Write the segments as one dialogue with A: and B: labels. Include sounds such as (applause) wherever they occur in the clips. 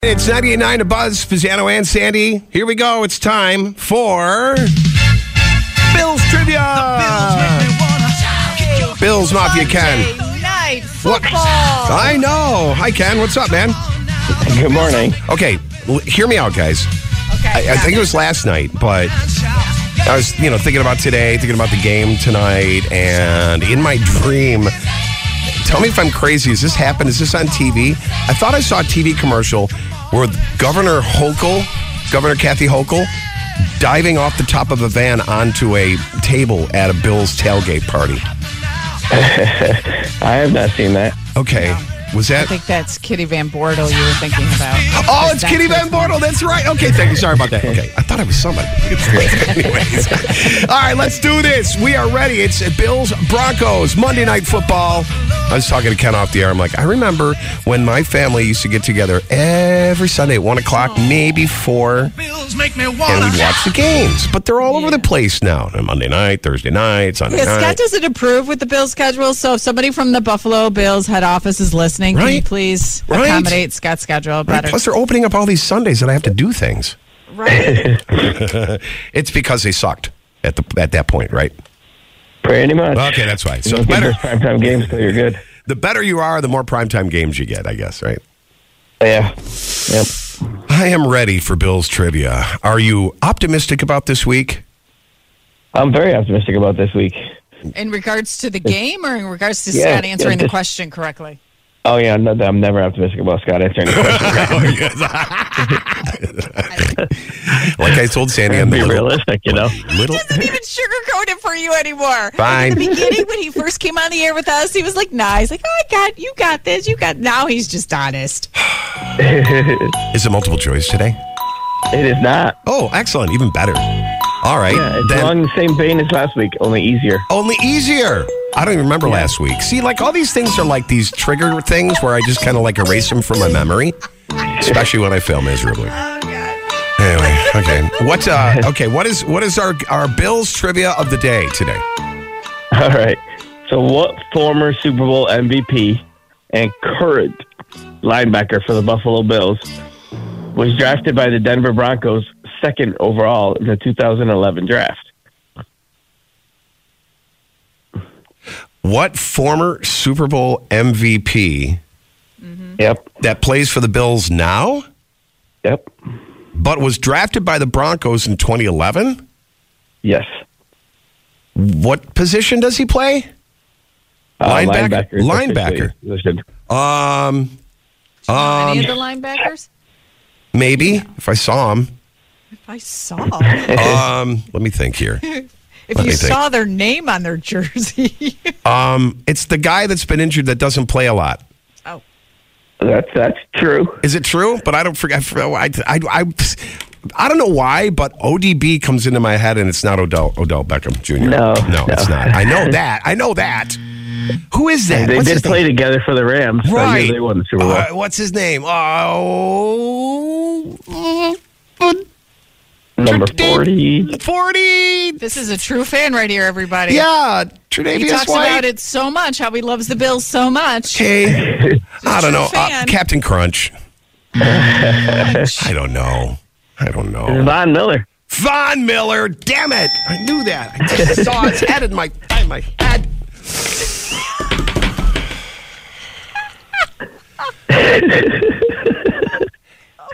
A: It's 98.9 to Buzz, Pisano and Sandy. Here we go. It's time for Bill's Trivia. Bills Mafia Ken.
B: Night
A: What?
B: football.
A: I know. Hi, Ken. What's up, man?
C: Good morning.
A: Okay, l- hear me out, guys. I, I think it was last night, but I was, you know, thinking about today, thinking about the game tonight, and in my dream, tell me if I'm crazy. Has this happened? Is this on TV? I thought I saw a TV commercial where Governor Hochul, Governor Kathy Hochul, diving off the top of a van onto a table at a Bills tailgate party.
C: I have not seen that.
A: Okay, was
D: I
A: that?
D: think that's Kitty Van Bordeaux you were thinking about.
A: Oh, it's
D: That's
A: Kitty
D: her-
A: Van Bortle. That's right. Okay, thank you. Sorry about that. Okay, I thought I was somebody. Anyways, all right, let's do this. We are ready. It's Bills Broncos Monday Night Football. I was talking to Ken off the air. I'm like, I remember when my family used to get together every Sunday at one o'clock, maybe four, and we'd watch the games. But they're all over the place now. Monday night, Thursday night, Sunday
D: Yeah, Scott
A: night.
D: doesn't approve with the Bills schedule, so if somebody from the Buffalo Bills head office is listening, can you
A: Right.
D: please
A: Right.
D: accommodate Scott's schedule
A: Right,
D: better?
A: Plus, they're opening up all these Sundays that I have to do things.
D: Right.
A: (laughs) It's because they sucked at the at that point, right?
C: Pretty much.
A: Okay, that's why. So
C: You don't get
A: better-
C: those primetime games, so you're good.
A: the better you are, the more primetime games you get, I guess, right?
C: Yeah. Yep.
A: I am ready for Bill's trivia. Are you optimistic about this
C: (laughs)
A: week? (laughs)
C: I'm very optimistic about this week.
D: in regards to the game or in regards to
C: Yeah,
D: Scott
C: yeah,
D: answering the
C: just-
D: question correctly?
C: Oh yeah, no, I'm never optimistic about
A: (laughs)
C: Scott answering the question.
A: Like I told Sandy, I'm
C: Be
A: the little,
C: realistic, you (laughs) know.
A: little
D: doesn't even sugarcoat it for you anymore.
A: Fine.
D: Like in the beginning, when he first came on the air with us, he was like, "Nah." He's like, "Oh, I got you. Got this. You got." Now he's just honest.
A: is it multiple choice today?
C: It is not.
A: Oh, excellent, even better. All right,
C: Yeah, it's
A: then
C: along the same vein as last week, only easier. (laughs)
A: only easier. I don't even remember last week. See, like all these things are like these trigger things where I just kind of like erase them from my memory, especially when I fail miserably. Anyway, okay. What? Uh, okay, what is what is our our Bills trivia of the day today?
C: All right. So, what former Super Bowl MVP and current linebacker for the Buffalo Bills was drafted by the Denver Broncos second overall in the 2011 draft?
A: What former Super Bowl MVP
C: Yep.
A: that plays for the Bills now,
C: Yep.
A: but was drafted by the Broncos in 2011?
C: Yes.
A: What position does he play?
C: Uh,
A: Linebacker?
C: is the
A: Linebacker.
C: position.
A: Um,
D: Any of the linebackers?
A: maybe if I saw
C: (laughs)
A: him.
D: If I saw.
A: Um, (laughs) let me think here.
D: If
A: Let
D: you
A: me think.
D: saw their name on their jersey. (laughs)
A: Um, it's the guy that's been injured that doesn't play a lot.
D: oh.
C: That's that's true.
A: Is it true? But I don't forget. I, forgot- I, I, I, I don't know why, but ODB comes into my head, and it's not Odell Odell Beckham Jr. no,
C: No, no.
A: it's not. I
C: (laughs)
A: know that. I know that. Who is that?
C: They
A: What's
C: did
A: his name?
C: play together for the Rams. so yeah,
A: Right.
C: they won the Super Bowl.
A: Uh, what's his name? Oh,
C: Number 40.
A: forty.
D: This is a true fan right here, everybody.
A: Yeah,
D: He
A: Tre'Davious
D: talks
A: White.
D: about it so much, how he loves the Bills so much.
A: Okay, I don't know. Uh,
D: fan.
A: Captain Crunch. I don't know. I don't know.
C: Von Miller.
A: Von Miller. Damn it! I knew that. I just saw his head in my in my head.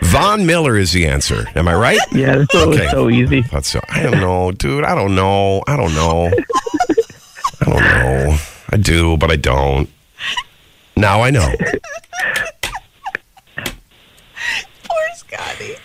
A: Von Miller is the answer. Am I right?
C: Yeah, this one
A: Okay.
C: was so easy.
A: Thought so. I don't know, dude. I don't know. I don't know. I don't know. I do, but I don't. Now I know.
E: Poor Scotty.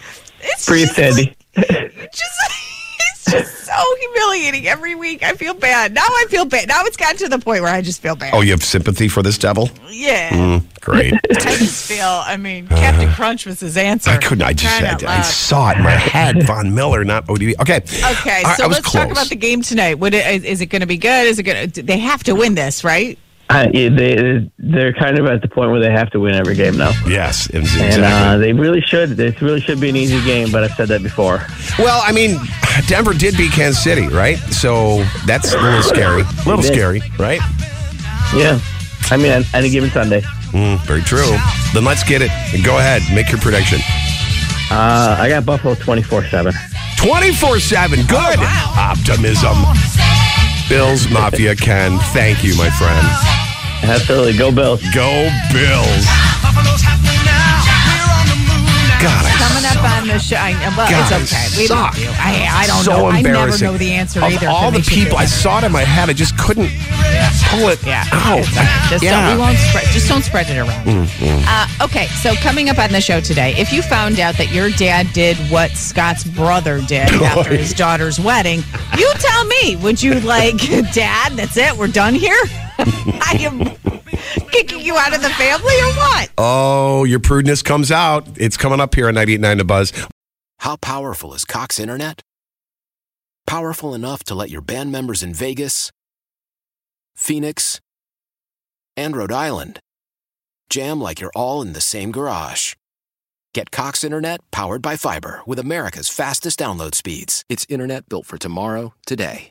E: It's
C: Free
E: just,
C: Sandy.
E: just (laughs) it's just so humiliating every week. I feel bad. Now I feel bad. Now it's gotten to the point where I just feel bad.
A: Oh, you have sympathy for this devil?
E: yeah.
A: Mm,
E: (laughs)
A: great.
E: I just feel I mean, Captain Crunch was his answer.
A: I couldn't. I just
E: Crying
A: I,
E: out
A: I
E: loud.
A: saw it in
E: (laughs)
A: my head. Von Miller, not ODB. Okay.
E: Okay,
A: I,
E: so
A: I was
E: let's
A: close.
E: talk about the game tonight. Would it, is it going to be good? Is it going to? They have to win this, right?
C: I, Uh, yeah, they they're kind of at the point where they have to win every game now,
A: yes, it was
C: and
A: exactly.
C: uh, they really should. This really should be an easy game, but I've said that before.
A: well, I mean, Denver did beat Kansas City, right? So that's a little scary. A little
C: They did.
A: scary, right?
C: Yeah, I mean, on any given Sunday,
A: Mm, very true. Then let's get it. Go ahead. Make your prediction.
C: uh, I got Buffalo twenty four seven.
A: 24 7. Good
E: Oh,
A: optimism. Bills Mafia Ken, thank you, my friend.
C: Absolutely, go Bills.
A: Go Bills. God, I
E: Coming up
A: suck.
E: on the show. I, well,
A: God, I
E: it's okay. We
A: suck.
E: love you. I, I don't
A: so
E: know. I never
A: embarrassing.
E: know the answer
A: of
E: either. if it
A: all the
E: makes you
A: people,
E: feel
A: I
E: better.
A: saw it in my head. I just couldn't pull it
E: Yeah.
A: out.
E: It's okay. Just
A: yeah.
E: don't, we won't spread. Just don't spread it around. Uh, okay, so coming up on the show today, if you found out that your dad did what Scott's brother did after his daughter's wedding, you tell me. Would you like, (laughs) Dad? That's it. We're done here. (laughs) I am kicking you out of the family, or what?
A: Oh, your prudeness comes out. It's coming up here on 98.9 The Buzz.
F: How powerful is Cox Internet? Powerful enough to let your band members in Vegas, Phoenix, and Rhode Island jam like you're all in the same garage. Get Cox Internet powered by fiber with America's fastest download speeds. It's internet built for tomorrow, today.